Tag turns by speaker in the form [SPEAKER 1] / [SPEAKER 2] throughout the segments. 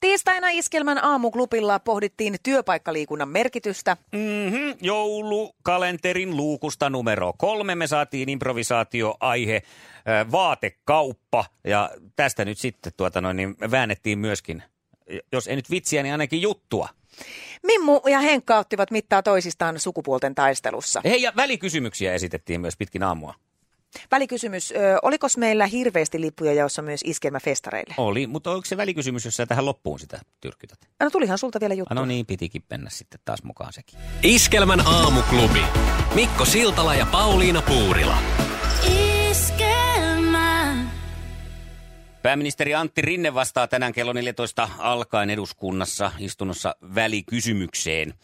[SPEAKER 1] Tiistaina Iskelmän aamuklubilla pohdittiin työpaikkaliikunnan merkitystä.
[SPEAKER 2] Mm-hmm. Joulukalenterin luukusta numero kolme me saatiin improvisaatioaihe ö, vaatekauppa ja tästä nyt sitten tuota noin, niin väännettiin myöskin, jos ei nyt vitsiä, niin ainakin juttua.
[SPEAKER 1] Mimmu ja Henkka ottivat mittaa toisistaan sukupuolten taistelussa.
[SPEAKER 2] Hei ja välikysymyksiä esitettiin myös pitkin aamua.
[SPEAKER 1] Välikysymys, ö, olikos meillä hirveästi lippuja jaossa myös iskelmäfestareille?
[SPEAKER 2] Oli, mutta onko se välikysymys, jos sä tähän loppuun sitä tyrkytät?
[SPEAKER 1] No tulihan sulta vielä juttu.
[SPEAKER 2] Ah, No niin, pitikin mennä sitten taas mukaan sekin.
[SPEAKER 3] Iskelmän aamuklubi. Mikko Siltala ja Pauliina Puurila.
[SPEAKER 4] Iskelmä.
[SPEAKER 2] Pääministeri Antti Rinne vastaa tänään kello 14 alkaen eduskunnassa istunnossa välikysymykseen.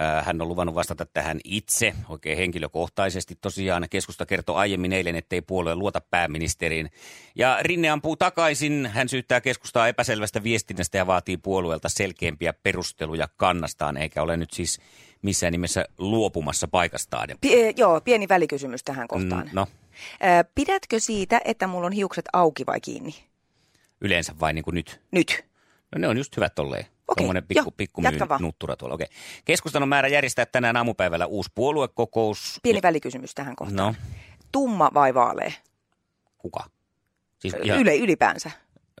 [SPEAKER 2] Äh, Hän on luvannut vastata tähän itse oikein henkilökohtaisesti. Tosiaan keskusta kertoi aiemmin eilen, ettei puolue luota pääministeriin. Ja Rinne ampuu takaisin. Hän syyttää keskustaa epäselvästä viestinnästä ja vaatii puolueelta selkeämpiä perusteluja kannastaan, eikä ole nyt siis missään nimessä luopumassa paikastaan. Ja-
[SPEAKER 1] P- ö, e, joo, pieni välikysymys tähän kohtaan.
[SPEAKER 2] No,
[SPEAKER 1] Ö, pidätkö siitä, että mulla on hiukset auki vai kiinni?
[SPEAKER 2] yleensä vai niin kuin nyt?
[SPEAKER 1] Nyt.
[SPEAKER 2] No ne on just hyvät tolleen.
[SPEAKER 1] Okei,
[SPEAKER 2] Tuommoinen pikku,
[SPEAKER 1] joo,
[SPEAKER 2] pikku
[SPEAKER 1] jatka vaan.
[SPEAKER 2] nuttura tuolla. Okei. Keskustan on määrä järjestää tänään aamupäivällä uusi puoluekokous.
[SPEAKER 1] Pieni välikysymys tähän kohtaan.
[SPEAKER 2] No,
[SPEAKER 1] Tumma vai vaalea?
[SPEAKER 2] kuka? Siis
[SPEAKER 1] Ö,
[SPEAKER 2] ihan,
[SPEAKER 1] Yle ylipäänsä.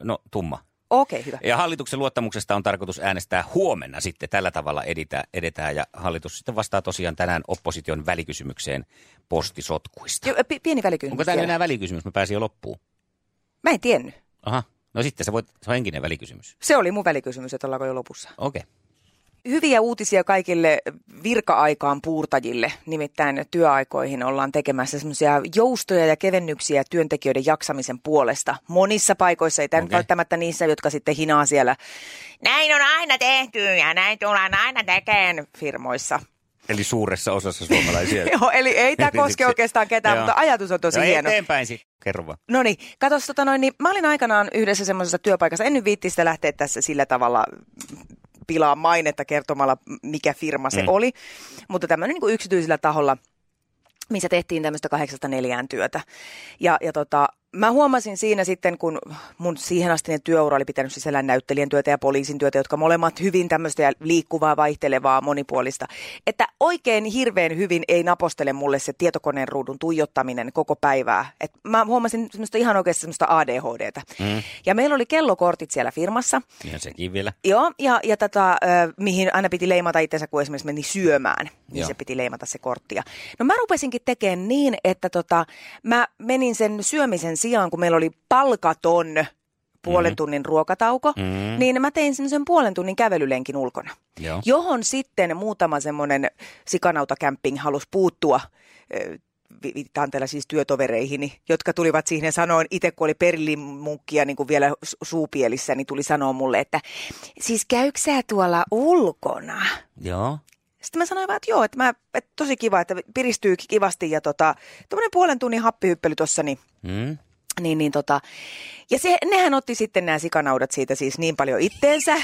[SPEAKER 2] No, tumma.
[SPEAKER 1] Okei, okay, hyvä.
[SPEAKER 2] Ja hallituksen luottamuksesta on tarkoitus äänestää huomenna sitten. Tällä tavalla editä, edetään ja hallitus sitten vastaa tosiaan tänään opposition välikysymykseen postisotkuista.
[SPEAKER 1] Jo, ö, pi- pieni välikysymys
[SPEAKER 2] Onko tämä
[SPEAKER 1] vielä.
[SPEAKER 2] enää välikysymys? Mä pääsin jo loppuun.
[SPEAKER 1] Mä en tiennyt.
[SPEAKER 2] Aha. No sitten se, voit, se on henkinen välikysymys.
[SPEAKER 1] Se oli mun välikysymys, että ollaanko jo lopussa.
[SPEAKER 2] Okei.
[SPEAKER 1] Hyviä uutisia kaikille virka-aikaan puurtajille. Nimittäin työaikoihin ollaan tekemässä semmoisia joustoja ja kevennyksiä työntekijöiden jaksamisen puolesta. Monissa paikoissa, ei tämä nyt
[SPEAKER 2] Okei.
[SPEAKER 1] välttämättä niissä, jotka sitten hinaa siellä. Näin on aina tehty ja näin tullaan aina tekemään firmoissa.
[SPEAKER 2] Eli suuressa osassa suomalaisia.
[SPEAKER 1] Joo, eli ei tämä koske oikeastaan ketään,
[SPEAKER 2] Niin, Joo.
[SPEAKER 1] mutta ajatus on tosi
[SPEAKER 2] no,
[SPEAKER 1] hieno.
[SPEAKER 2] Eteenpäin sitten. Kerro vaan.
[SPEAKER 1] No niin, katos tota noin, niin mä olin aikanaan yhdessä semmoisessa työpaikassa, en nyt viitti sitä lähteä tässä sillä tavalla pilaa mainetta kertomalla, mikä firma se mm. oli, mutta tämmöinen niin yksityisellä taholla, missä tehtiin tämmöistä kahdeksasta neljään työtä. Ja, ja tota, mä huomasin siinä sitten, kun mun siihen astinen työura oli pitänyt sisällään näyttelijän työtä ja poliisin työtä, jotka molemmat hyvin tämmöistä ja liikkuvaa, vaihtelevaa, monipuolista, että oikein hirveän hyvin ei napostele mulle se tietokoneen ruudun tuijottaminen koko päivää. Et mä huomasin semmoista ihan oikeasti semmoista ADHDtä. Mm. Ja meillä oli kellokortit siellä firmassa,
[SPEAKER 2] Ihan sekin vielä.
[SPEAKER 1] Joo, ja, ja tätä, ö, mihin aina piti leimata itsensä, kun esimerkiksi meni syömään, niin
[SPEAKER 2] Joo.
[SPEAKER 1] se piti leimata se kortti. Ja- No mä rupesinkin tekemään niin, että tota, mä menin sen syömisen sijaan, kun meillä oli palkaton puolen tunnin ruokatauko,
[SPEAKER 2] Mm.
[SPEAKER 1] niin mä tein semmoisen puolen tunnin kävelylenkin ulkona,
[SPEAKER 2] Joo.
[SPEAKER 1] johon sitten muutama semmoinen sikanautakämpping halusi puuttua ö, vi- viittaan tällä siis työtovereihini, jotka tulivat siihen ja sanoin, itse kun oli perlimunkkia niin kuin vielä su- suupielissä, niin tuli sanoa mulle, että siis käykö sä tuolla ulkona?
[SPEAKER 2] Joo.
[SPEAKER 1] Sitten mä sanoin vaan, että joo, että, mä, että tosi kiva, että piristyy kivasti ja tota, tuommoinen puolen tunnin happihyppely tuossa, niin
[SPEAKER 2] Mm.
[SPEAKER 1] niin, niin tota. Ja se, nehän otti sitten nämä sikanaudat siitä siis niin paljon itteensä,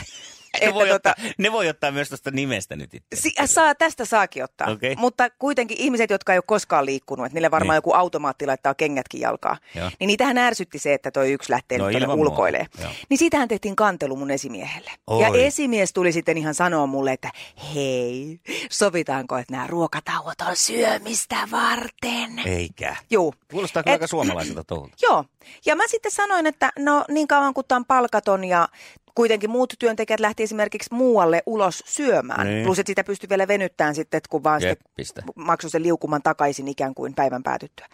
[SPEAKER 2] Ne,
[SPEAKER 1] että
[SPEAKER 2] voi
[SPEAKER 1] tota,
[SPEAKER 2] ottaa, ne voi ottaa myös tuosta nimestä nyt itse.
[SPEAKER 1] si- äh, saa, tästä saakin ottaa.
[SPEAKER 2] Okei.
[SPEAKER 1] Mutta kuitenkin ihmiset, jotka ei ole koskaan liikkunut, että niille varmaan
[SPEAKER 2] Niin.
[SPEAKER 1] niin. joku automaatti laittaa kengätkin jalkaa,
[SPEAKER 2] Joo.
[SPEAKER 1] niin niitähän ärsytti se, että toi yksi lähtee
[SPEAKER 2] No
[SPEAKER 1] no,
[SPEAKER 2] ilman
[SPEAKER 1] ulkoilee.
[SPEAKER 2] muuta, joo.
[SPEAKER 1] Niin siitähän tehtiin kantelu mun esimiehelle. Ja
[SPEAKER 2] Oi.
[SPEAKER 1] esimies tuli sitten ihan sanoa mulle, että hei, sovitaanko, että nämä ruokatauot on syömistä varten?
[SPEAKER 2] Eikä.
[SPEAKER 1] Juu.
[SPEAKER 2] Kuulostaa kyllä
[SPEAKER 1] Et-
[SPEAKER 2] aika suomalaiselta touhulta.
[SPEAKER 1] Joo. Ja mä sitten sanoin, että no niin kauan kun tämä on palkaton ja kuitenkin muut työntekijät lähti esimerkiksi muualle ulos syömään.
[SPEAKER 2] Niin.
[SPEAKER 1] Niin. Plus, että sitä pystyy vielä venyttämään sitten, että kun vaan
[SPEAKER 2] Jep,
[SPEAKER 1] sitten
[SPEAKER 2] pistä.
[SPEAKER 1] maksoi sen liukuman takaisin ikään kuin päivän päätyttyä.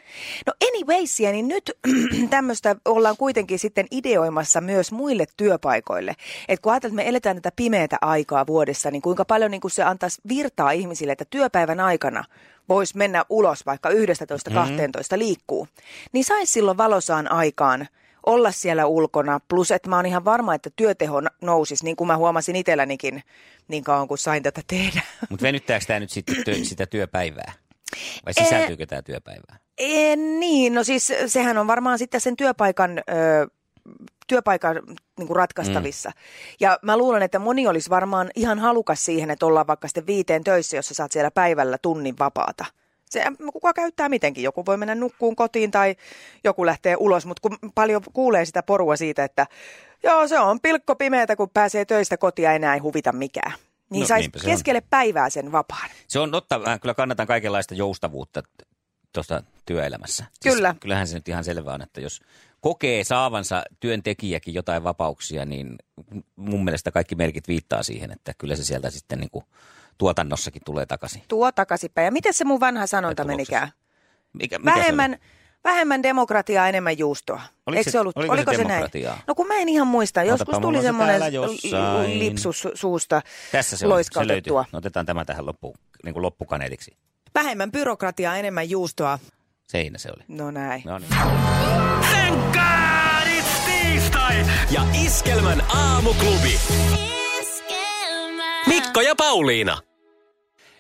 [SPEAKER 1] No anywaysia, niin nyt tämmöistä ollaan kuitenkin sitten ideoimassa myös muille työpaikoille. Et kun ajatellaan, että me eletään tätä pimeätä aikaa vuodessa, niin kuinka paljon niin kun se antaisi virtaa ihmisille, että työpäivän aikana voisi mennä ulos vaikka 11-12 liikkuu, niin saisi silloin valosaan aikaan olla siellä ulkona. Plus, että mä oon ihan varma, että työteho n- nousisi, niin kuin mä huomasin itsellänikin niin kauan kuin sain tätä tehdä.
[SPEAKER 2] Mutta venyttääkö tämä nyt sitten työ, sitä työpäivää? Vai sisältyykö tämä työpäivään?
[SPEAKER 1] E, niin, no siis sehän on varmaan sitten sen työpaikan, ö, työpaikan niin kuin ratkaistavissa. Mm. Ja mä luulen, että moni olisi varmaan ihan halukas siihen, että ollaan vaikka sitten viiteen töissä, jos sä saat siellä päivällä tunnin vapaata. Se, äh, kuka käyttää mitenkin. Joku voi mennä nukkuun kotiin tai joku lähtee ulos, mutta kun paljon kuulee sitä porua siitä, että joo, se on pilkko pimeätä, kun pääsee töistä kotia enää ei huvita mikään. Niin
[SPEAKER 2] No,
[SPEAKER 1] no, saisi
[SPEAKER 2] niinpä se on.
[SPEAKER 1] keskelle päivää sen vapaan.
[SPEAKER 2] Se on totta, mä kyllä kannatan kaikenlaista joustavuutta tuosta työelämässä. Siis
[SPEAKER 1] Kyllä.
[SPEAKER 2] Kyllähän se nyt ihan selvää on, että jos kokee saavansa työntekijäkin jotain vapauksia, niin mun mielestä kaikki merkit viittaa siihen, että kyllä se sieltä sitten niin kuin tuotannossakin tulee takaisin.
[SPEAKER 1] Tuo takaisinpäin. Ja miten se mun vanha sanonta
[SPEAKER 2] Ja tuloksessa.
[SPEAKER 1] menikään?
[SPEAKER 2] Mikä, mikä se oli?
[SPEAKER 1] Vähemmän, vähemmän demokratiaa, enemmän juustoa.
[SPEAKER 2] Oliko
[SPEAKER 1] Eikö
[SPEAKER 2] se-
[SPEAKER 1] se ollut,
[SPEAKER 2] oliko
[SPEAKER 1] oliko,
[SPEAKER 2] se
[SPEAKER 1] se, näin?
[SPEAKER 2] demokratiaa?
[SPEAKER 1] No kun mä en ihan muista. Joskus
[SPEAKER 2] mulla
[SPEAKER 1] tuli
[SPEAKER 2] on se
[SPEAKER 1] semmoinen
[SPEAKER 2] täällä jossain.
[SPEAKER 1] li- lipsus suusta
[SPEAKER 2] Tässä se on, se löytyy.
[SPEAKER 1] loiskautettua.
[SPEAKER 2] No, otetaan tämä tähän loppu, niin kuin loppukaneetiksi.
[SPEAKER 1] Vähemmän byrokratiaa, enemmän juustoa.
[SPEAKER 2] Siinä se oli.
[SPEAKER 1] No näin.
[SPEAKER 2] No niin.
[SPEAKER 3] Fenkkaari tiistai ja Iskelmän aamuklubi. Mikko ja Pauliina.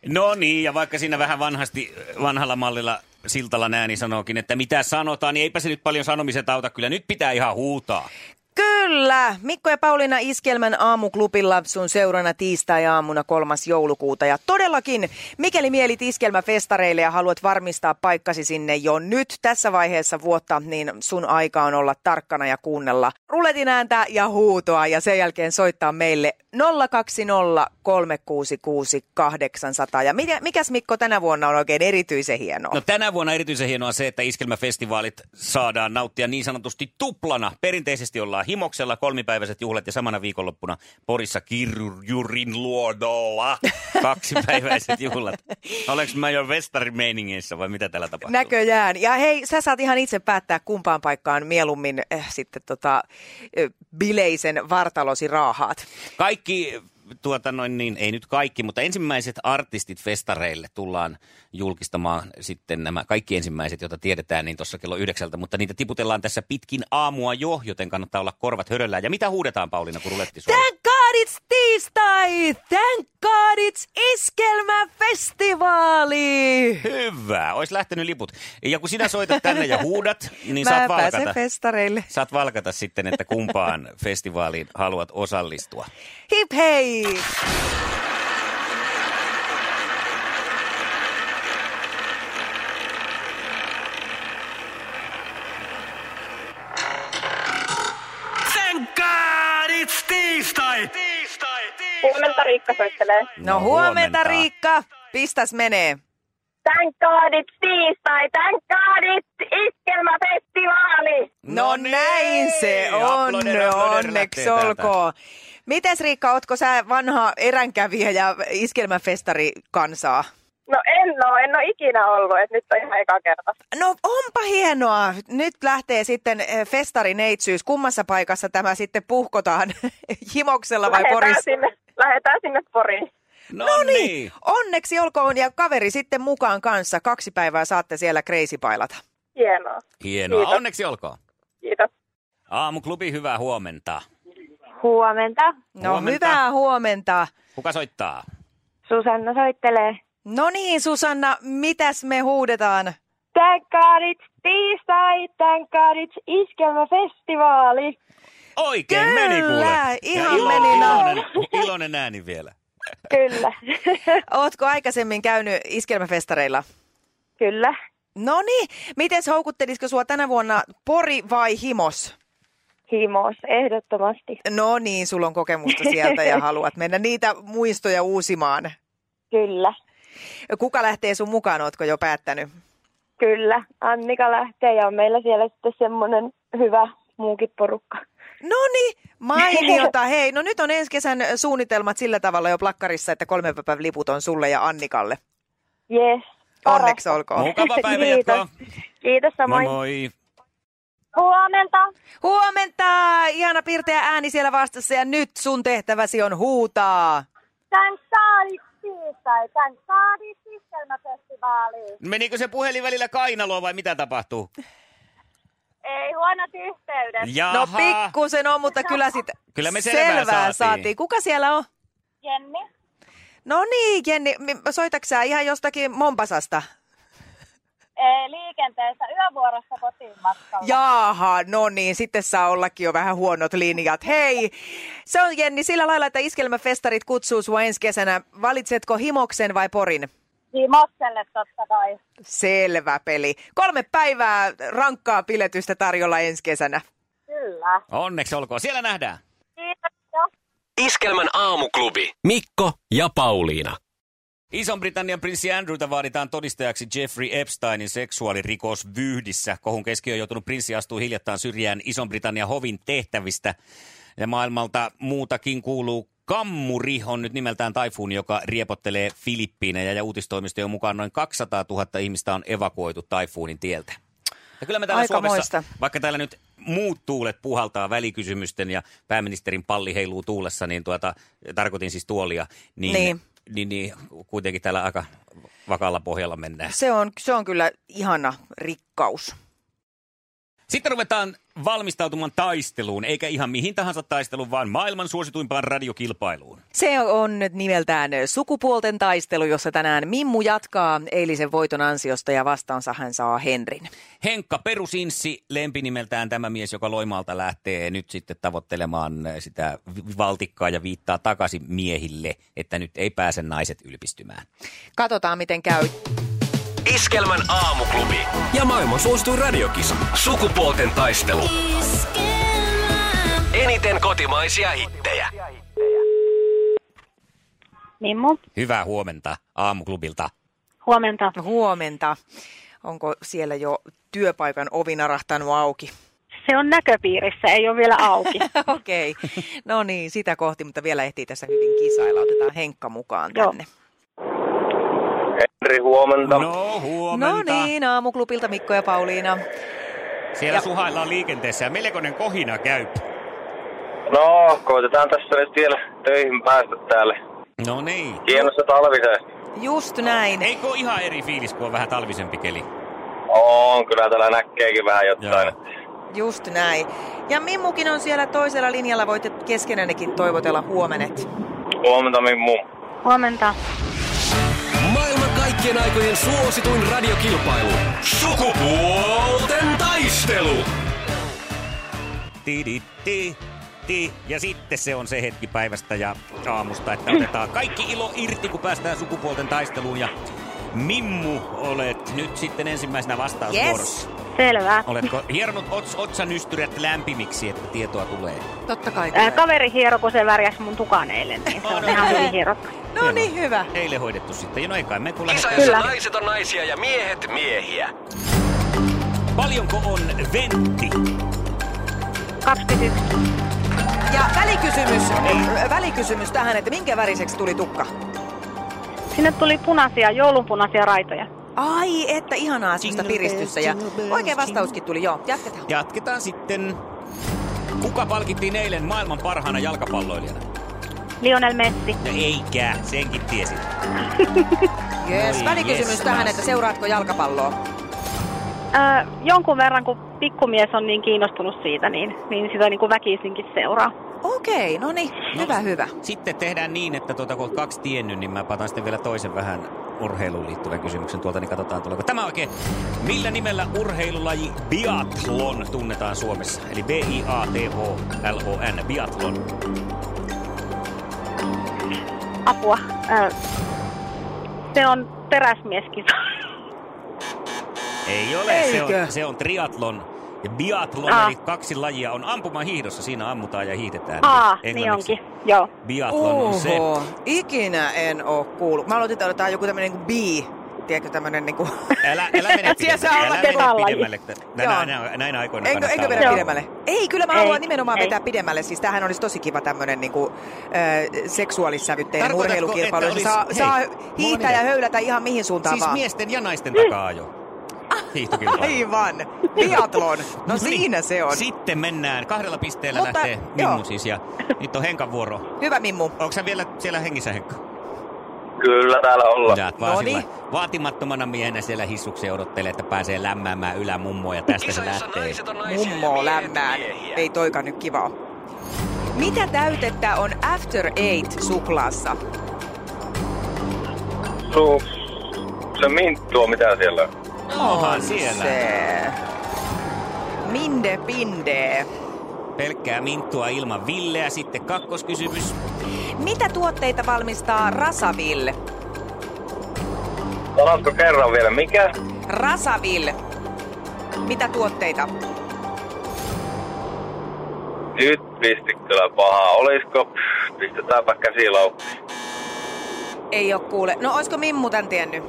[SPEAKER 2] No niin, ja vaikka siinä vähän vanhasti, vanhalla mallilla Siltala nääni sanookin, että mitä sanotaan, niin eipä se nyt paljon sanomiset auta. Kyllä nyt pitää ihan huutaa.
[SPEAKER 1] Kyllä! Mikko ja Pauliina Iskelmän aamuklubilla sun seurana tiistai-aamuna 3. joulukuuta. Ja todellakin, mikäli mielit Iskelmäfestareille ja haluat varmistaa paikkasi sinne jo nyt tässä vaiheessa vuotta, niin sun aika on olla tarkkana ja kuunnella ruletin ääntä ja huutoa ja sen jälkeen soittaa meille 020 366 800. Ja mikä, mikäs Mikko tänä vuonna on oikein erityisen hienoa?
[SPEAKER 2] No tänä vuonna erityisen hienoa se, että iskelmäfestivaalit saadaan nauttia niin sanotusti tuplana. Perinteisesti ollaan himoksella kolmipäiväiset juhlat ja samana viikonloppuna Porissa kirjurin luodolla kaksipäiväiset juhlat. Olenko mä jo vestarimeiningeissä vai mitä täällä tapahtuu?
[SPEAKER 1] Näköjään. Ja hei, sä saat ihan itse päättää kumpaan paikkaan mieluummin äh, sitten tota, äh, bileisen vartalosi raahaat.
[SPEAKER 2] Kaikki, tuota noin niin, ei nyt kaikki, mutta ensimmäiset artistit festareille tullaan julkistamaan sitten nämä kaikki ensimmäiset, joita tiedetään, niin tuossa kello yhdeksältä, mutta niitä tiputellaan tässä pitkin aamua jo, joten kannattaa olla korvat höröllään. Ja mitä huudetaan, Pauliina, kun ruletti soi?
[SPEAKER 1] Thank God it's tiistai! Thank God it's iskelmäfestivaali!
[SPEAKER 2] Hyvä, olisi lähtenyt liput. Ja kun sinä soitat tänne ja huudat, niin saat
[SPEAKER 1] Mä pääsen
[SPEAKER 2] valkata.
[SPEAKER 1] festareille.
[SPEAKER 2] Saat valkata sitten, että kumpaan festivaaliin haluat osallistua.
[SPEAKER 1] Hip hei! No
[SPEAKER 3] Fenkkaari tiistai.
[SPEAKER 4] Huomenta Riikka soittelee.
[SPEAKER 1] No, no huomenta, huomenta Riikka! Pistäs menee.
[SPEAKER 4] Thank God it's tiistai, thank God it's iskelmäfestivaali.
[SPEAKER 1] No,
[SPEAKER 2] niin.
[SPEAKER 1] näin se on,
[SPEAKER 2] Aplodeer, aplodeer,
[SPEAKER 1] onneksi
[SPEAKER 2] lähtee
[SPEAKER 1] olkoon. Mites Riikka, ootko sä vanha eränkävijä ja iskelmäfestari kansaa?
[SPEAKER 4] No en oo, en oo ikinä ollut, että nyt on ihan eka kerta.
[SPEAKER 1] No onpa hienoa. Nyt lähtee sitten eh, festarineitsyys. Kummassa paikassa tämä sitten puhkotaan? Himoksella vai
[SPEAKER 4] Lähetään
[SPEAKER 1] Porissa?
[SPEAKER 4] sinne, lähetään sinne Poriin.
[SPEAKER 2] No
[SPEAKER 1] No niin,
[SPEAKER 2] niin.
[SPEAKER 1] onneksi olkoon ja kaveri sitten mukaan kanssa. Kaksi päivää saatte siellä kreisipailata.
[SPEAKER 4] Hienoa.
[SPEAKER 2] Hienoa,
[SPEAKER 4] Kiitos.
[SPEAKER 2] onneksi olkoon.
[SPEAKER 4] Kiitos.
[SPEAKER 2] Aamuklubi, hyvää huomenta.
[SPEAKER 4] Huomenta.
[SPEAKER 1] No
[SPEAKER 2] Huomenta.
[SPEAKER 1] hyvää huomenta.
[SPEAKER 2] Kuka soittaa?
[SPEAKER 4] Susanna soittelee.
[SPEAKER 1] No niin Susanna, mitäs me huudetaan?
[SPEAKER 4] Thank God it's tiistai, thank God it's iskelmäfestivaali.
[SPEAKER 2] Oikein
[SPEAKER 1] Kyllä,
[SPEAKER 2] meni kuule.
[SPEAKER 1] ihan
[SPEAKER 2] ilo-
[SPEAKER 1] meni no. noin.
[SPEAKER 2] iloinen, iloinen ääni vielä.
[SPEAKER 4] Kyllä.
[SPEAKER 1] Ootko aikaisemmin käynyt iskelmäfestareilla?
[SPEAKER 4] Kyllä.
[SPEAKER 1] No niin, miten houkuttelisiko sua tänä vuonna Pori vai Himos?
[SPEAKER 4] Himos, ehdottomasti.
[SPEAKER 1] No niin, sulla on kokemusta sieltä ja haluat mennä niitä muistoja uusimaan.
[SPEAKER 4] Kyllä.
[SPEAKER 1] Kuka lähtee sun mukaan, ootko jo päättänyt?
[SPEAKER 4] Kyllä. Annika lähtee ja on meillä siellä sitten semmoinen hyvä muukin porukka.
[SPEAKER 1] No niin, mainiota. Hei, no nyt on ensi kesän suunnitelmat sillä tavalla jo plakkarissa, että kolme päivän liput on sulle ja Annikalle.
[SPEAKER 4] Yes. parasta.
[SPEAKER 1] Onneksi olkoon.
[SPEAKER 2] Mukava päivä jatkoa.
[SPEAKER 4] Kiitos samoin.
[SPEAKER 2] No moi.
[SPEAKER 4] Huomenta.
[SPEAKER 1] Huomenta! Ihana pirteä ääni siellä vastassa ja nyt sun tehtäväsi on huutaa.
[SPEAKER 4] Tän saadit tiistai, tän saadit siskelmäfestivaaliin.
[SPEAKER 2] Menikö se puhelin välillä kainaloon vai mitä tapahtuu?
[SPEAKER 4] Ei huonot yhteydet.
[SPEAKER 2] Jaha.
[SPEAKER 1] No pikkusen on, mutta kyllä, sit
[SPEAKER 2] Kyllä me selvää
[SPEAKER 1] selvää,
[SPEAKER 2] saatiin.
[SPEAKER 1] saatiin. Kuka siellä on?
[SPEAKER 4] Jenni.
[SPEAKER 1] No niin, Jenni, mi- soitaksä ihan jostakin Mompasasta?
[SPEAKER 4] Ei, eh, liikenteessä yövuorossa kotiin matkalla.
[SPEAKER 1] Jaaha, no niin, sitten saa ollakin jo vähän huonot linjat. Hei, se on Jenni sillä lailla, että iskelmäfestarit kutsuu sua ensi kesänä. Valitsetko Himoksen vai Porin?
[SPEAKER 4] Timokselle Niin totta kai.
[SPEAKER 1] Selvä peli. Kolme päivää rankkaa piletystä tarjolla ensi kesänä.
[SPEAKER 4] Kyllä.
[SPEAKER 2] Onneksi olkoon. Siellä nähdään.
[SPEAKER 4] Kiitos.
[SPEAKER 3] Iskelmän aamuklubi. Mikko ja Pauliina.
[SPEAKER 2] Ison-Britannian prinssi Andrewta vaaditaan todistajaksi Jeffrey Epsteinin seksuaalirikosvyyhdissä. Kohun keskiöön joutunut prinssi astuu hiljattain syrjään Ison-Britannian hovin tehtävistä. Ja maailmalta muutakin kuuluu Kammuri on nyt nimeltään taifuuni, joka riepottelee Filippiinejä ja uutistoimistojen mukaan noin 200 000 ihmistä on evakuoitu taifuunin tieltä. Ja kyllä me täällä
[SPEAKER 1] Aikamoista.
[SPEAKER 2] Suomessa, vaikka täällä nyt muut tuulet puhaltaa välikysymysten ja pääministerin palli heiluu tuulessa, niin tuota, tarkoitin siis tuolia, niin, niin.
[SPEAKER 1] Niin.
[SPEAKER 2] niin, niin kuitenkin täällä aika vakalla pohjalla mennään.
[SPEAKER 1] Se on, se on kyllä ihana rikkaus.
[SPEAKER 2] Sitten ruvetaan valmistautumaan taisteluun, eikä ihan mihin tahansa taisteluun, vaan maailman suosituimpaan radiokilpailuun.
[SPEAKER 1] Se on nyt nimeltään sukupuolten taistelu, jossa tänään Mimmu jatkaa eilisen voiton ansiosta ja vastaansa hän saa Henrin.
[SPEAKER 2] Henkka Perusinssi, lempinimeltään tämä mies, joka Loimaalta lähtee nyt sitten tavoittelemaan sitä vi- valtikkaa ja viittaa takaisin miehille, että nyt ei pääse naiset ylpistymään.
[SPEAKER 1] Katsotaan, miten käy.
[SPEAKER 3] Iskelmän aamuklubi. Ja maailman suosituin radiokisa. Sukupuolten taistelu. Eniten kotimaisia hittejä.
[SPEAKER 4] Mimmu,
[SPEAKER 2] Hyvää huomenta aamuklubilta.
[SPEAKER 4] huomenta.
[SPEAKER 1] Huomenta. Onko siellä jo työpaikan ovi narahtanut auki?
[SPEAKER 4] Se on näköpiirissä, ei ole vielä auki.
[SPEAKER 1] Okei. Okay. No niin, sitä kohti, mutta vielä ehtii tässä hyvin kisailla. Otetaan Henkka mukaan
[SPEAKER 4] Joo.
[SPEAKER 1] tänne.
[SPEAKER 5] Henri, huomenta.
[SPEAKER 2] No
[SPEAKER 1] No
[SPEAKER 2] huomenta.
[SPEAKER 1] niin, aamuklubilta Mikko ja Pauliina.
[SPEAKER 2] Siellä
[SPEAKER 1] Ja-
[SPEAKER 2] suhaillaan liikenteessä ja melkoinen kohina käy.
[SPEAKER 5] No, koitetaan tässä nyt vielä töihin päästä täällä.
[SPEAKER 2] No niin.
[SPEAKER 5] Hienossa talvisessa.
[SPEAKER 1] Just näin.
[SPEAKER 2] Eikö ole ihan eri fiilis, kun on vähän talvisempi keli?
[SPEAKER 5] On, kyllä täällä näkeekin vähän jotain.
[SPEAKER 2] Joo.
[SPEAKER 1] Just näin. Ja Mimmukin on siellä toisella linjalla. Voitte keskenännekin toivotella huomenet.
[SPEAKER 5] Huomenta, Mimmu.
[SPEAKER 4] huomenta.
[SPEAKER 3] Maailman kaikkien aikojen suosituin radiokilpailu. Sukupuolten taistelu.
[SPEAKER 2] Ti, ti, ti, ti. Ja sitten se on se hetki päivästä ja aamusta, että otetaan kaikki ilo irti, kun päästään sukupuolten taisteluun. Ja Mimmu, olet nyt sitten ensimmäisenä vastausvuorossa.
[SPEAKER 4] Selvä.
[SPEAKER 2] Oletko hieronut ots, otsanystyrät lämpimiksi, että tietoa tulee?
[SPEAKER 1] Totta kai.
[SPEAKER 4] Ää, Eh, kaveri hiero, kun se värjäsi mun tukan eilen, niin se on ihan hyvin hierottu.
[SPEAKER 1] No niin, hyvä.
[SPEAKER 2] Eilen hoidettu sitten. Ja no eikä me kun
[SPEAKER 3] Kisa,
[SPEAKER 2] lähdetään-
[SPEAKER 3] jossa
[SPEAKER 4] Kyllä.
[SPEAKER 3] naiset on naisia ja miehet miehiä.
[SPEAKER 2] Paljonko on ventti?
[SPEAKER 4] 21.
[SPEAKER 1] Ja välikysymys, välikysymys tähän, että minkä väriseksi tuli tukka?
[SPEAKER 4] Sinne tuli punaisia, joulunpunaisia raitoja.
[SPEAKER 1] Ai, että ihanaa semmoista
[SPEAKER 2] Jingle bells,
[SPEAKER 1] piristystä. Ja
[SPEAKER 2] jingle bells,
[SPEAKER 1] oikein vastauskin tuli, joo. Jatketaan.
[SPEAKER 2] Jatketaan sitten. Kuka palkittiin eilen maailman parhaana jalkapalloilijana?
[SPEAKER 4] Lionel Messi.
[SPEAKER 2] No eikä, senkin tiesit.
[SPEAKER 1] Yes,
[SPEAKER 2] Oi,
[SPEAKER 1] välikysymys
[SPEAKER 2] jes,
[SPEAKER 1] tähän,
[SPEAKER 2] nas.
[SPEAKER 1] että seuraatko jalkapalloa?
[SPEAKER 4] Öö, jonkun verran, kun pikkumies on niin kiinnostunut siitä, niin, niin sitä niin kuin väkisinkin seuraa.
[SPEAKER 1] Okei, no niin, hyvä, hyvä.
[SPEAKER 2] Sitten tehdään niin, että tuota, kun olet kaksi tiennyt, niin mä patan sitten vielä toisen vähän urheiluun liittyvän kysymyksen tuolta, niin katsotaan tuleeko tämä oikein. Millä nimellä urheilulaji biathlon tunnetaan Suomessa? Eli B-I-A-T-H-L-O-N, biathlon.
[SPEAKER 4] Apua. Öö, se on teräsmieskisa.
[SPEAKER 2] Ei ole, se on,
[SPEAKER 1] Eikö?
[SPEAKER 2] se on triathlon. Ja biathlon,
[SPEAKER 4] Aa.
[SPEAKER 2] eli kaksi lajia on ampumahiihdossa, siinä ammutaan ja hiihdetään.
[SPEAKER 4] Aa, niin
[SPEAKER 2] Englanniksi
[SPEAKER 4] onkin. Joo.
[SPEAKER 2] Biathlon on se.
[SPEAKER 1] ikinä en oo kuullut. Mä aloitin, että otetaan joku tämmönen niinku bi, tiedätkö tämmönen niinku...
[SPEAKER 2] Älä, älä mene
[SPEAKER 1] Siellä saa olla
[SPEAKER 2] pidemmälle. Älä mene
[SPEAKER 4] kesänlaji.
[SPEAKER 2] pidemmälle. Näin, näin, näin aikoina
[SPEAKER 1] Eikö,
[SPEAKER 2] kannattaa
[SPEAKER 1] eikö vedä
[SPEAKER 2] olla.
[SPEAKER 1] pidemmälle? Ei, kyllä mä
[SPEAKER 4] Ei,
[SPEAKER 1] haluan nimenomaan
[SPEAKER 4] ei.
[SPEAKER 1] vetää pidemmälle. Siis tämähän olisi tosi kiva tämmönen niinku, äh, seksuaalissävytteinen
[SPEAKER 2] Tarkoitatko,
[SPEAKER 1] urheilukilpailu.
[SPEAKER 2] että
[SPEAKER 1] jossa saa,
[SPEAKER 2] olisi-
[SPEAKER 1] saa
[SPEAKER 2] hei, mulla on
[SPEAKER 1] hiihtää ja
[SPEAKER 2] idea.
[SPEAKER 1] höylätä ihan mihin suuntaan
[SPEAKER 2] Siis
[SPEAKER 1] vaan.
[SPEAKER 2] miesten ja naisten takaa ajo. Hiihtokilpailu.
[SPEAKER 1] Aivan, biathlon. No
[SPEAKER 2] niin.
[SPEAKER 1] siinä se on.
[SPEAKER 2] Sitten mennään. Kahdella pisteellä
[SPEAKER 1] Mutta-
[SPEAKER 2] lähtee Mimmu
[SPEAKER 1] joo.
[SPEAKER 2] siis ja nyt on Henkan vuoro.
[SPEAKER 1] Hyvä Mimmu.
[SPEAKER 2] Onko sä vielä siellä hengissä Henkka?
[SPEAKER 5] Kyllä täällä ollaan.
[SPEAKER 2] Sä oot vaan
[SPEAKER 1] Noniin.
[SPEAKER 2] sillä vaatimattomana miehenä siellä hissukseen odottelee, että pääsee lämmäämään ylämummoa ja tästä se
[SPEAKER 6] Kisoissa
[SPEAKER 2] lähtee.
[SPEAKER 6] naiset on naisia ja
[SPEAKER 1] Mummo
[SPEAKER 6] miehet on
[SPEAKER 1] lämmään.
[SPEAKER 6] miehiä.
[SPEAKER 1] Ei toikaan nyt kivaa. Mitä täytettä on After Eight suklaassa?
[SPEAKER 5] Suu. Se minttua, mitä siellä on.
[SPEAKER 2] Onhan
[SPEAKER 1] On
[SPEAKER 2] siellä.
[SPEAKER 1] Se. Minde pinde.
[SPEAKER 2] Pelkkää minttua ilman Villeä. Sitten kakkoskysymys.
[SPEAKER 1] Mitä tuotteita valmistaa Rasaville?
[SPEAKER 5] Sanotko kerran vielä, mikä?
[SPEAKER 1] Rasaville. Mitä tuotteita?
[SPEAKER 5] Nyt pisti kyllä pahaa. Olisiko? Pistetäänpä käsilaukku.
[SPEAKER 1] Ei oo kuule. No oisko Mimmu tän tiennyt?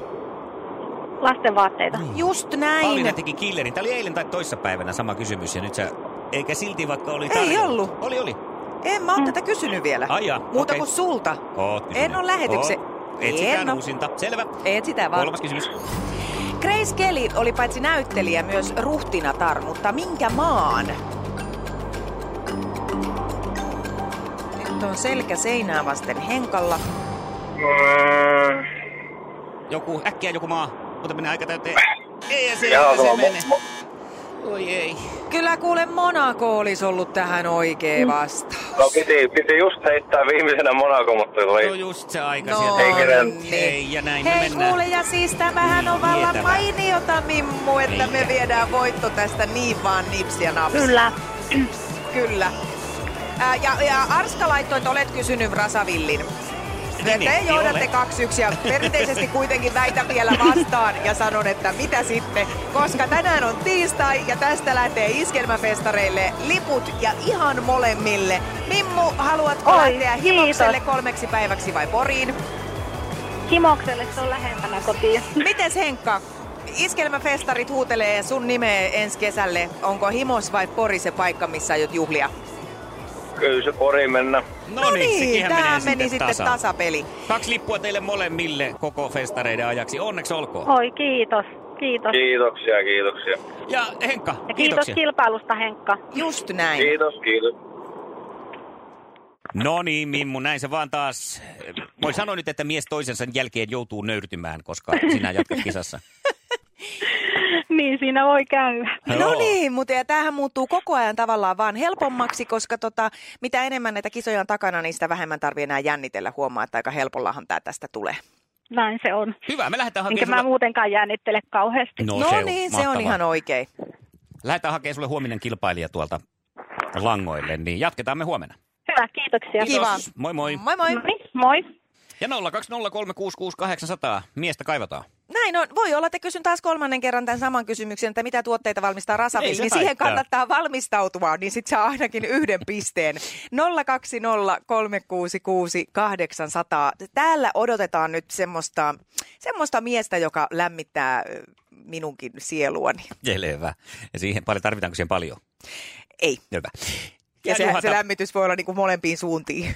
[SPEAKER 4] Lasten vaatteita.
[SPEAKER 1] Just
[SPEAKER 2] Pauliina
[SPEAKER 1] näin.
[SPEAKER 2] teki killerin. Tämä oli eilen tai toissapäivänä sama kysymys ja nyt sä... Eikä silti vaikka oli
[SPEAKER 1] Ei
[SPEAKER 2] tarjolla.
[SPEAKER 1] ollut.
[SPEAKER 2] Oli, oli.
[SPEAKER 1] En mä oo tätä kysynyt vielä.
[SPEAKER 2] Ai jaa,
[SPEAKER 1] Muuta
[SPEAKER 2] okei.
[SPEAKER 1] kuin sulta.
[SPEAKER 2] Oot kysynyt.
[SPEAKER 1] En oo lähetykse-
[SPEAKER 2] Oot.
[SPEAKER 1] En
[SPEAKER 2] Etsitään
[SPEAKER 1] oo.
[SPEAKER 2] uusinta. Selvä.
[SPEAKER 1] Et sitä vaan.
[SPEAKER 2] Kolmas kysymys.
[SPEAKER 1] Grace Kelly oli paitsi näyttelijä myös ruhtinatar, mutta minkä maan? Nyt on selkä seinää vasten henkalla.
[SPEAKER 5] Mm,
[SPEAKER 2] Joku, äkkiä joku maa. Mutta mennään aika täyteen. Ei, ja se,
[SPEAKER 5] ihan
[SPEAKER 2] se
[SPEAKER 5] sama.
[SPEAKER 2] menee.
[SPEAKER 5] Mu- mu-
[SPEAKER 2] Oi ei.
[SPEAKER 1] Kyllä kuule Monaco olisi ollut tähän oikein
[SPEAKER 2] Mm.
[SPEAKER 1] vasta.
[SPEAKER 5] No piti, piti just heittää viimeisenä Monaco, mutta
[SPEAKER 2] No
[SPEAKER 5] tuli.
[SPEAKER 2] just se aika
[SPEAKER 1] No
[SPEAKER 2] sieltä.
[SPEAKER 5] Ei kerännyt.
[SPEAKER 1] niin.
[SPEAKER 2] Ei, ja näin me
[SPEAKER 1] Hei
[SPEAKER 2] mennään. Niin,
[SPEAKER 1] kuule, ja siis tämähän on vallan
[SPEAKER 2] Vietävä.
[SPEAKER 1] mainiota, Mimmu, että me
[SPEAKER 2] Eikä.
[SPEAKER 1] viedään voitto tästä niin vaan nips ja naps.
[SPEAKER 4] Kyllä.
[SPEAKER 1] Kyllä. Ää, ja, ja Arska laittoi, että olet kysynyt Rasavillin. Te,
[SPEAKER 2] Niin,
[SPEAKER 1] te
[SPEAKER 2] niin,
[SPEAKER 1] johdatte
[SPEAKER 2] olen.
[SPEAKER 1] 2-1 ja perinteisesti kuitenkin väitän vielä vastaan ja sanon, että mitä sitten, koska tänään on tiistai ja tästä lähtee iskelmäfestareille liput ja ihan molemmille. Mimmu, haluatko
[SPEAKER 4] Oi,
[SPEAKER 1] lähteä
[SPEAKER 4] kiitos.
[SPEAKER 1] Himokselle kolmeksi päiväksi vai Poriin?
[SPEAKER 4] Himokselle se on lähempänä kotiin.
[SPEAKER 1] Mites Henkka, iskelmäfestarit huutelee sun nimeä ensi kesälle. Onko Himos vai Pori se paikka, missä aiot juhlia?
[SPEAKER 5] Kyllä se pori mennä.
[SPEAKER 2] No niin, sekinhän menee
[SPEAKER 1] tähän
[SPEAKER 2] sitten
[SPEAKER 1] meni sitten
[SPEAKER 2] tasaan.
[SPEAKER 1] tasapeli.
[SPEAKER 2] Kaksi lippua teille molemmille koko festareiden ajaksi. Onneksi olkoon.
[SPEAKER 4] Oi, kiitos. Kiitos.
[SPEAKER 5] Kiitoksia, kiitoksia.
[SPEAKER 2] Ja Henkka,
[SPEAKER 4] Ja kiitos
[SPEAKER 2] kiitoksia.
[SPEAKER 4] kilpailusta, Henkka.
[SPEAKER 1] Just näin.
[SPEAKER 5] Kiitos, kiitos.
[SPEAKER 2] No niin, Mimmu, näin se vaan taas. Voi sanoa nyt, että mies toisensa jälkeen joutuu nöyrtymään, koska sinä jatkat kisassa.
[SPEAKER 4] Niin siinä voi käydä.
[SPEAKER 1] No
[SPEAKER 2] Joo.
[SPEAKER 1] niin, mutta ja tämähän muuttuu koko ajan tavallaan vaan helpommaksi, koska tota, mitä enemmän näitä kisoja on takana, niin sitä vähemmän tarvii enää jännitellä. Huomaa, että aika helpollahan tämä tästä tulee.
[SPEAKER 4] Näin se on.
[SPEAKER 2] Hyvä, me lähdetään
[SPEAKER 4] Enkä
[SPEAKER 2] hakemaan
[SPEAKER 4] mä
[SPEAKER 2] sulle...
[SPEAKER 4] muutenkaan jännittele kauheasti.
[SPEAKER 2] No,
[SPEAKER 1] no
[SPEAKER 2] se on
[SPEAKER 1] niin, se on
[SPEAKER 2] mahtavaa.
[SPEAKER 1] ihan oikein.
[SPEAKER 2] Lähdetään hakemaan sulle huominen kilpailija tuolta langoille, niin jatketaan me huomenna.
[SPEAKER 4] Hyvä, kiitoksia.
[SPEAKER 1] Kiva.
[SPEAKER 2] Moi moi.
[SPEAKER 1] Moi moi.
[SPEAKER 4] No niin, moi.
[SPEAKER 2] Ja 020366800. Miestä kaivataan.
[SPEAKER 1] Näin on. Voi olla, että kysyn taas kolmannen kerran tämän saman kysymyksen, että mitä tuotteita valmistaa
[SPEAKER 2] Ei
[SPEAKER 1] Rasaville,
[SPEAKER 2] se
[SPEAKER 1] niin siihen
[SPEAKER 2] haittaa.
[SPEAKER 1] kannattaa valmistautua, niin sitten saa ainakin yhden pisteen. 020366800. Täällä odotetaan nyt semmoista, semmoista miestä, joka lämmittää ö, minunkin sieluani.
[SPEAKER 2] Selvä. Ja siihen paljon, tarvitaanko siihen paljon?
[SPEAKER 1] Ei.
[SPEAKER 2] Hyvä.
[SPEAKER 1] Ja, ja se, se lämmitys voi olla niin kuin molempiin suuntiin.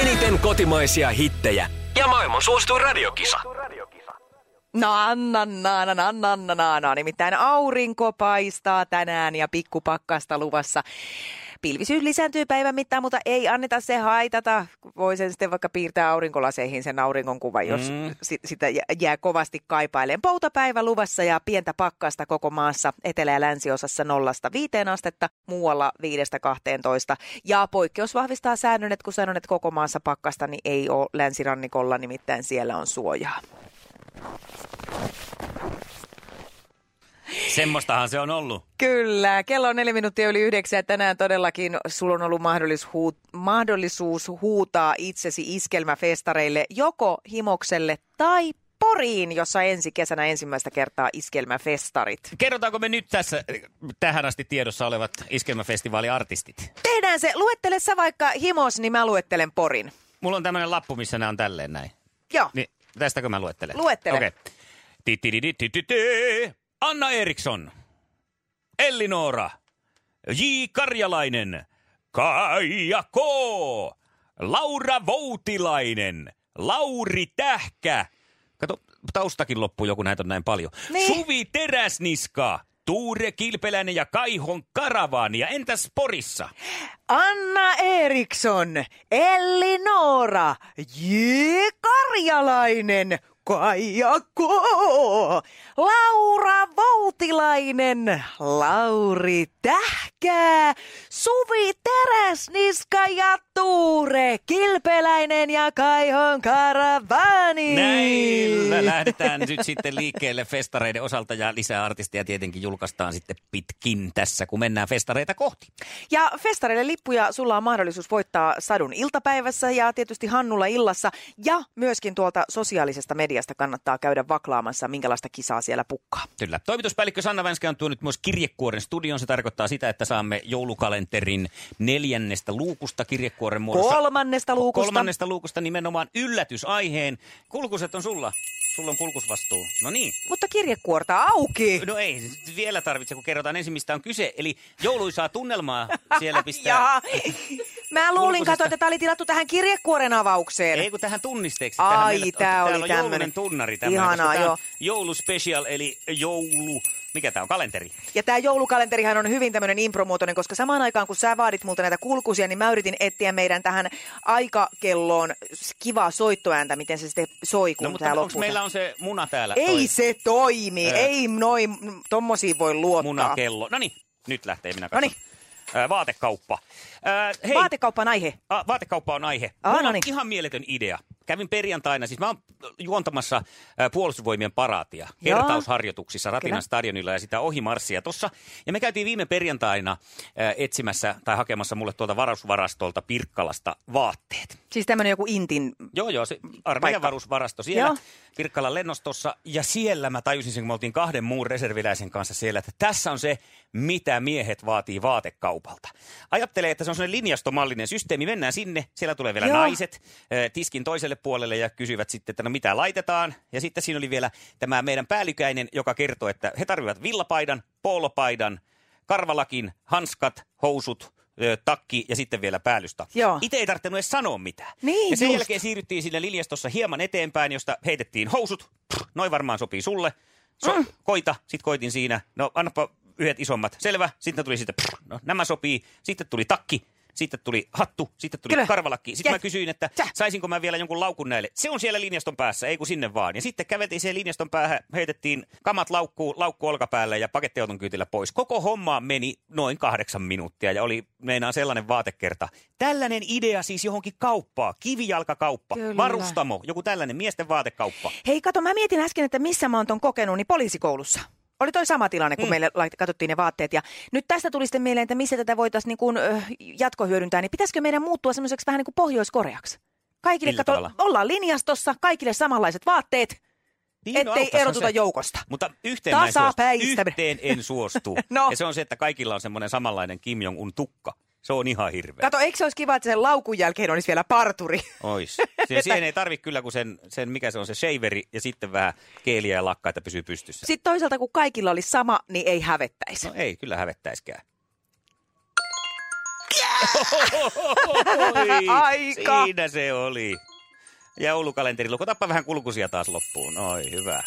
[SPEAKER 3] Eniten kotimaisia hittejä ja maailman suosituin radiokisa.
[SPEAKER 1] No anna, na, na, na, na, na, na, na. Nimittäin aurinko paistaa tänään ja pikkupakkasta luvassa. Pilvisyys lisääntyy päivän mittaan, mutta ei anneta se haitata. Voi sen sitten vaikka piirtää aurinkolaseihin sen aurinkon kuva, jos
[SPEAKER 2] Mm.
[SPEAKER 1] mm. sitä jä- jää kovasti kaipaileen. Poutapäivä luvassa ja pientä pakkasta koko maassa. Etelä- ja länsiosassa nollasta viiteen astetta, muualla viidestä 12. Ja poikkeus vahvistaa säännön, että kun sanon, että koko maassa pakkasta, niin ei ole länsirannikolla, nimittäin siellä on suojaa.
[SPEAKER 2] Semmoistahan se on ollut.
[SPEAKER 1] Kyllä, kello on neljä minuuttia yli yhdeksän ja tänään todellakin sulla on ollut mahdollisuus, huut, mahdollisuus huutaa itsesi iskelmäfestareille joko Himokselle tai Poriin, jossa ensi kesänä ensimmäistä kertaa iskelmäfestarit.
[SPEAKER 2] Kerrotaanko me nyt tässä eh, tähän asti tiedossa olevat iskelmäfestivaaliartistit?
[SPEAKER 1] Tehdään se, luettele sä vaikka Himos, niin mä luettelen Porin.
[SPEAKER 2] Mulla on tämmöinen lappu, missä nämä on tälleen näin.
[SPEAKER 1] Joo,
[SPEAKER 2] Niin, tästäkö mä luettelen?
[SPEAKER 1] Luettele.
[SPEAKER 2] Okei. Ti-ti-di-di-ti-ti-ti. Anna Eriksson. Elli Noora. J. Karjalainen. Kaija K. Laura Voutilainen. Lauri Tähkä. Kato, taustakin loppuu joku, näitä on näin paljon.
[SPEAKER 1] Niin.
[SPEAKER 2] Suvi Teräsniska. Tuure Kilpeläinen ja Kaihon karavaani. Ja entäs Porissa?
[SPEAKER 1] Anna Eriksson, Elli Noora, J. Karjalainen, Kaija K. Laura Voutilainen, Lauri Tähkää, Suvi Teräsniska ja Tuure Kilpeläinen ja Kaihon Karavani.
[SPEAKER 2] Näillä lähdetään nyt sitten liikkeelle festareiden osalta ja lisää artisteja tietenkin julkaistaan sitten pitkin tässä, kun mennään festareita kohti.
[SPEAKER 1] Ja festareille lippuja sulla on mahdollisuus voittaa sadun iltapäivässä ja tietysti Hannulla illassa. Ja myöskin tuolta sosiaalisesta mediasta kannattaa käydä vaklaamassa, minkälaista kisaa siellä pukkaa.
[SPEAKER 2] Kyllä. Toimituspäällikkö Sanna Vänskä on tuonut myös kirjekuoren studioon. Se tarkoittaa sitä, että saamme joulukalenterin neljännestä luukusta kirjekuoren muodossa.
[SPEAKER 1] Kolmannesta luukusta.
[SPEAKER 2] Kolmannesta luukusta nimenomaan yllätysaiheen. Kulkuset on sulla. Sulla on kulkusvastuu. No niin.
[SPEAKER 1] Mutta kirjekuorta auki.
[SPEAKER 2] No ei nyt vielä tarvitse, kun kerrotaan ensin, mistä on kyse. Eli jouluisaa tunnelmaa siellä pistää.
[SPEAKER 1] Jaha. Mä luulin,
[SPEAKER 2] Kulkusesta.
[SPEAKER 1] katsoin, että tämä oli tilattu tähän kirjekuoren avaukseen.
[SPEAKER 2] Ei kun tähän tunnisteeksi.
[SPEAKER 1] Ai,
[SPEAKER 2] tähän meillä-
[SPEAKER 1] tää oli
[SPEAKER 2] täällä on joulunen
[SPEAKER 1] tämmönen.
[SPEAKER 2] tunnari tämmönen,
[SPEAKER 1] Ihanaa,
[SPEAKER 2] koska tää on
[SPEAKER 1] joo.
[SPEAKER 2] Jouluspecial, eli joulu... Mikä tämä on? Kalenteri. No,
[SPEAKER 1] Ja tämä joulukalenterihan on hyvin tämmöinen impromuotoinen, koska samaan aikaan kun sä vaadit multa näitä kulkusia, niin mä yritin etsiä meidän tähän aikakelloon s- kivaa soittoääntä, miten se sitten soi, kun
[SPEAKER 2] No,
[SPEAKER 1] no,
[SPEAKER 2] mutta
[SPEAKER 1] tämä
[SPEAKER 2] onko
[SPEAKER 1] loppuu.
[SPEAKER 2] meillä on se muna täällä?
[SPEAKER 1] Ei
[SPEAKER 2] toi
[SPEAKER 1] se toimi,
[SPEAKER 2] Ää.
[SPEAKER 1] ei noin, tommosiin voi luottaa.
[SPEAKER 2] Munakello. No niin, nyt lähtee minä katson.
[SPEAKER 1] Noniin.
[SPEAKER 2] Ää, Vaatekauppa. Ää, hei,
[SPEAKER 1] No niin. Vaatekauppa on aihe.
[SPEAKER 2] A, Ah, vaatekauppa on aihe.
[SPEAKER 1] Aa,
[SPEAKER 2] Mulla
[SPEAKER 1] no
[SPEAKER 2] on
[SPEAKER 1] niin.
[SPEAKER 2] ihan mieletön idea. Kävin perjantaina, siis mä oon juontamassa ä, puolustusvoimien paraatia
[SPEAKER 1] Joo.
[SPEAKER 2] kertausharjoituksissa Ratinan
[SPEAKER 1] Kyllä.
[SPEAKER 2] stadionilla ja sitä ohimarssia tuossa. Ja me käytiin viime perjantaina ä, etsimässä tai hakemassa mulle tuolta varasvarastolta Pirkkalasta vaatteet.
[SPEAKER 1] Siis tämmöinen joku intin.
[SPEAKER 2] Joo, joo, se armeijan
[SPEAKER 1] Paikka.
[SPEAKER 2] varusvarasto siellä
[SPEAKER 1] Joo.
[SPEAKER 2] Pirkkalan lennostossa. Ja siellä mä tajusin sen, kun me oltiin kahden muun reserviläisen kanssa siellä, että tässä on se, mitä miehet vaatii vaatekaupalta. Ajattelee, että se on sellainen linjastomallinen systeemi. Mennään sinne, siellä tulee vielä
[SPEAKER 1] Joo.
[SPEAKER 2] naiset eh, tiskin toiselle puolelle ja kysyvät sitten, että no mitä laitetaan. Ja sitten siinä oli vielä tämä meidän päällikäinen, joka kertoi, että he tarvitsevat villapaidan, poolopaidan, karvalakin, hanskat, housut, eh, takki ja sitten vielä päällystakki.
[SPEAKER 1] Joo.
[SPEAKER 2] Itse ei tarvinnut edes sanoa mitään.
[SPEAKER 1] Niin
[SPEAKER 2] ja sen
[SPEAKER 1] just.
[SPEAKER 2] jälkeen siirryttiin siinä linjastossa hieman eteenpäin, josta heitettiin housut. Pff, Noi varmaan sopii sulle. So,
[SPEAKER 1] Mm.
[SPEAKER 2] Koita, sit koitin siinä. No annapa yhdet isommat. Selvä. Sitten tuli siitä, pff, no, nämä sopii. Sitten tuli takki. Sitten tuli hattu, sitten tuli
[SPEAKER 1] Kyllä.
[SPEAKER 2] karvalakki. Sitten
[SPEAKER 1] Jep.
[SPEAKER 2] mä kysyin, että
[SPEAKER 1] Sä.
[SPEAKER 2] saisinko mä vielä jonkun laukun näille. Se on siellä linjaston päässä, ei kun sinne vaan. Ja sitten käveltiin siihen linjaston päähän, heitettiin kamat laukkuun, laukku olkapäälle ja pakettiauton kyytillä pois. Koko homma meni noin kahdeksan minuuttia ja oli meinaan sellainen vaatekerta. Tällainen idea siis johonkin kauppaa, kivijalkakauppa,
[SPEAKER 1] Kyllä.
[SPEAKER 2] varustamo, joku tällainen miesten vaatekauppa.
[SPEAKER 1] Hei kato, mä mietin äsken, että missä mä oon ton kokenut, niin poliisikoulussa. Oli toi sama tilanne,
[SPEAKER 2] Hmm.
[SPEAKER 1] kun mm. meille lait- katsottiin ne vaatteet. Ja nyt tästä tuli sitten mieleen, että missä tätä voitaisiin niin kuin, ö, jatkohyödyntää. Niin pitäisikö meidän muuttua semmoiseksi vähän niin kuin Pohjois-Koreaksi? Kaikille
[SPEAKER 2] Millä
[SPEAKER 1] kato,
[SPEAKER 2] tavalla?
[SPEAKER 1] ollaan linjastossa, kaikille samanlaiset vaatteet,
[SPEAKER 2] Niin,
[SPEAKER 1] niin, ettei
[SPEAKER 2] auttaisihan
[SPEAKER 1] erotuta
[SPEAKER 2] se.
[SPEAKER 1] joukosta.
[SPEAKER 2] Mutta yhteen mä en suostu.
[SPEAKER 1] Tasapäistäminen.
[SPEAKER 2] Yhteen en suostu.
[SPEAKER 1] No.
[SPEAKER 2] Ja se on se, että kaikilla on semmoinen samanlainen Kim Jong-un tukka. Se on ihan hirveä.
[SPEAKER 1] Kato, eikö se olisi kiva, että sen laukun jälkeen olisi vielä parturi?
[SPEAKER 2] Ois. Siihen, siihen ei tarvi kyllä, kun sen, sen, mikä se on, se shaveri ja sitten vähän keeliä ja lakkaa, että pysyy pystyssä.
[SPEAKER 1] Sitten toisaalta, kun kaikilla olisi sama, niin ei hävettäisi.
[SPEAKER 2] No ei, kyllä hävettäiskään.
[SPEAKER 1] Aika.
[SPEAKER 2] Siinä se oli. Joulukalenteri luku. Otapa vähän kulkusia taas loppuun. Oi, hyvä.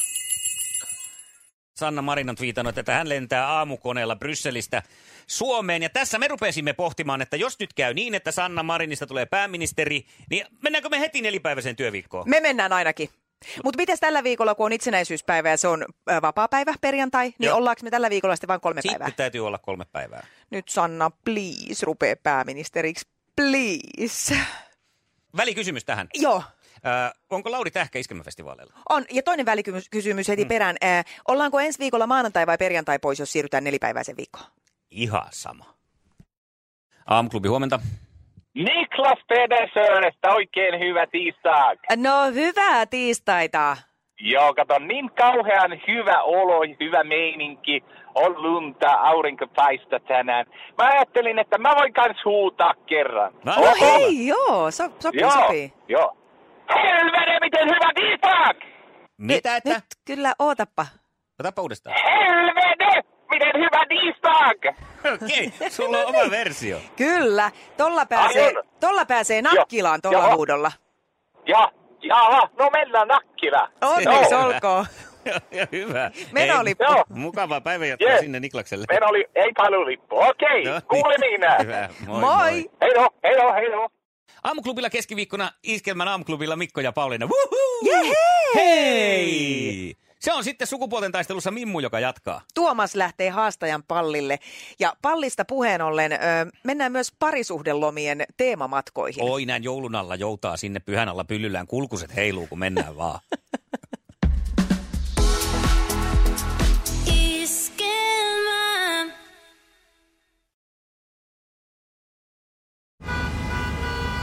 [SPEAKER 2] Sanna Marin on twiitannut, että hän lentää aamukoneella Brysselistä Suomeen. Ja tässä me rupesimme pohtimaan, että jos nyt käy niin, että Sanna Marinista tulee pääministeri, niin mennäänkö me heti nelipäiväiseen työviikkoon?
[SPEAKER 1] Me mennään ainakin. Mutta miten tällä viikolla, kun on itsenäisyyspäivä ja se on ö, vapaapäivä perjantai, niin
[SPEAKER 2] Joo.
[SPEAKER 1] ollaanko me tällä viikolla sitten vain kolme päivää?
[SPEAKER 2] Sitten täytyy olla kolme päivää.
[SPEAKER 1] Nyt Sanna, please, rupee pääministeriksi. Please.
[SPEAKER 2] Välikysymys tähän.
[SPEAKER 1] Joo,
[SPEAKER 2] Äh, onko Lauri Tähkä iskelmäfestivaaleilla?
[SPEAKER 1] on. Ja toinen välikysymys heti mm. perään. Ää, ollaanko ensi viikolla maanantai vai perjantai pois, jos siirrytään nelipäiväisen viikkoon?
[SPEAKER 2] Ihan sama. Aamuklubi huomenta.
[SPEAKER 5] Niklas Pedersönestä oikein hyvä tiistai.
[SPEAKER 1] No hyvää tiistaita.
[SPEAKER 5] Joo, kato, niin kauhean hyvä olo, hyvä meininki. On lunta, aurinko paista tänään. Mä ajattelin, että mä voin kans huutaa kerran. Oh,
[SPEAKER 2] No,
[SPEAKER 1] No
[SPEAKER 2] anna tulla.
[SPEAKER 1] hei, joo, so, sopii,
[SPEAKER 5] joo,
[SPEAKER 1] sopii.
[SPEAKER 5] joo. Helvete, miten hyvä tiistai!
[SPEAKER 2] Mitä,
[SPEAKER 1] Nyt,
[SPEAKER 2] että?
[SPEAKER 1] nyt kyllä ootappa.
[SPEAKER 2] Otapa uudestaan.
[SPEAKER 5] Helvete, miten hyvä tiistai!
[SPEAKER 2] Okei, okay, sulla on oma versio.
[SPEAKER 1] Kyllä, tolla pääsee,
[SPEAKER 5] on?
[SPEAKER 1] tolla pääsee nakkilaan tolla
[SPEAKER 5] Joo.
[SPEAKER 1] huudolla.
[SPEAKER 5] Ja, jaha, no mennään Nakkila.
[SPEAKER 1] Onneksi
[SPEAKER 5] Joo.
[SPEAKER 1] olkoon.
[SPEAKER 2] Hyvä.
[SPEAKER 1] Meno
[SPEAKER 2] Hei,
[SPEAKER 1] oli-
[SPEAKER 5] Joo.
[SPEAKER 2] Mukavaa päivänjatkoa
[SPEAKER 5] Jee.
[SPEAKER 2] sinne Niklakselle.
[SPEAKER 5] Meillä oli, ei paljon lippu. Okei,
[SPEAKER 2] No niin.
[SPEAKER 5] kuulemiin.
[SPEAKER 2] Hyvä, moi, moi.
[SPEAKER 1] Moi.
[SPEAKER 2] moi.
[SPEAKER 5] Heido, heido, heido.
[SPEAKER 2] Aamuklubilla keskiviikkona Iskelmän aamuklubilla Mikko ja Pauliina. Woohoo!
[SPEAKER 1] Jehei!
[SPEAKER 2] Hei! Se on sitten sukupuolten taistelussa Mimmu, joka jatkaa.
[SPEAKER 1] Tuomas lähtee haastajan pallille. Ja pallista puheen ollen ö, mennään myös parisuhdelomien teemamatkoihin.
[SPEAKER 2] Oi, näin joulun alla joutaa sinne pyhän alla pyllyllään. Kulkuset heiluu, kun mennään vaan.
[SPEAKER 6] Iskelmä.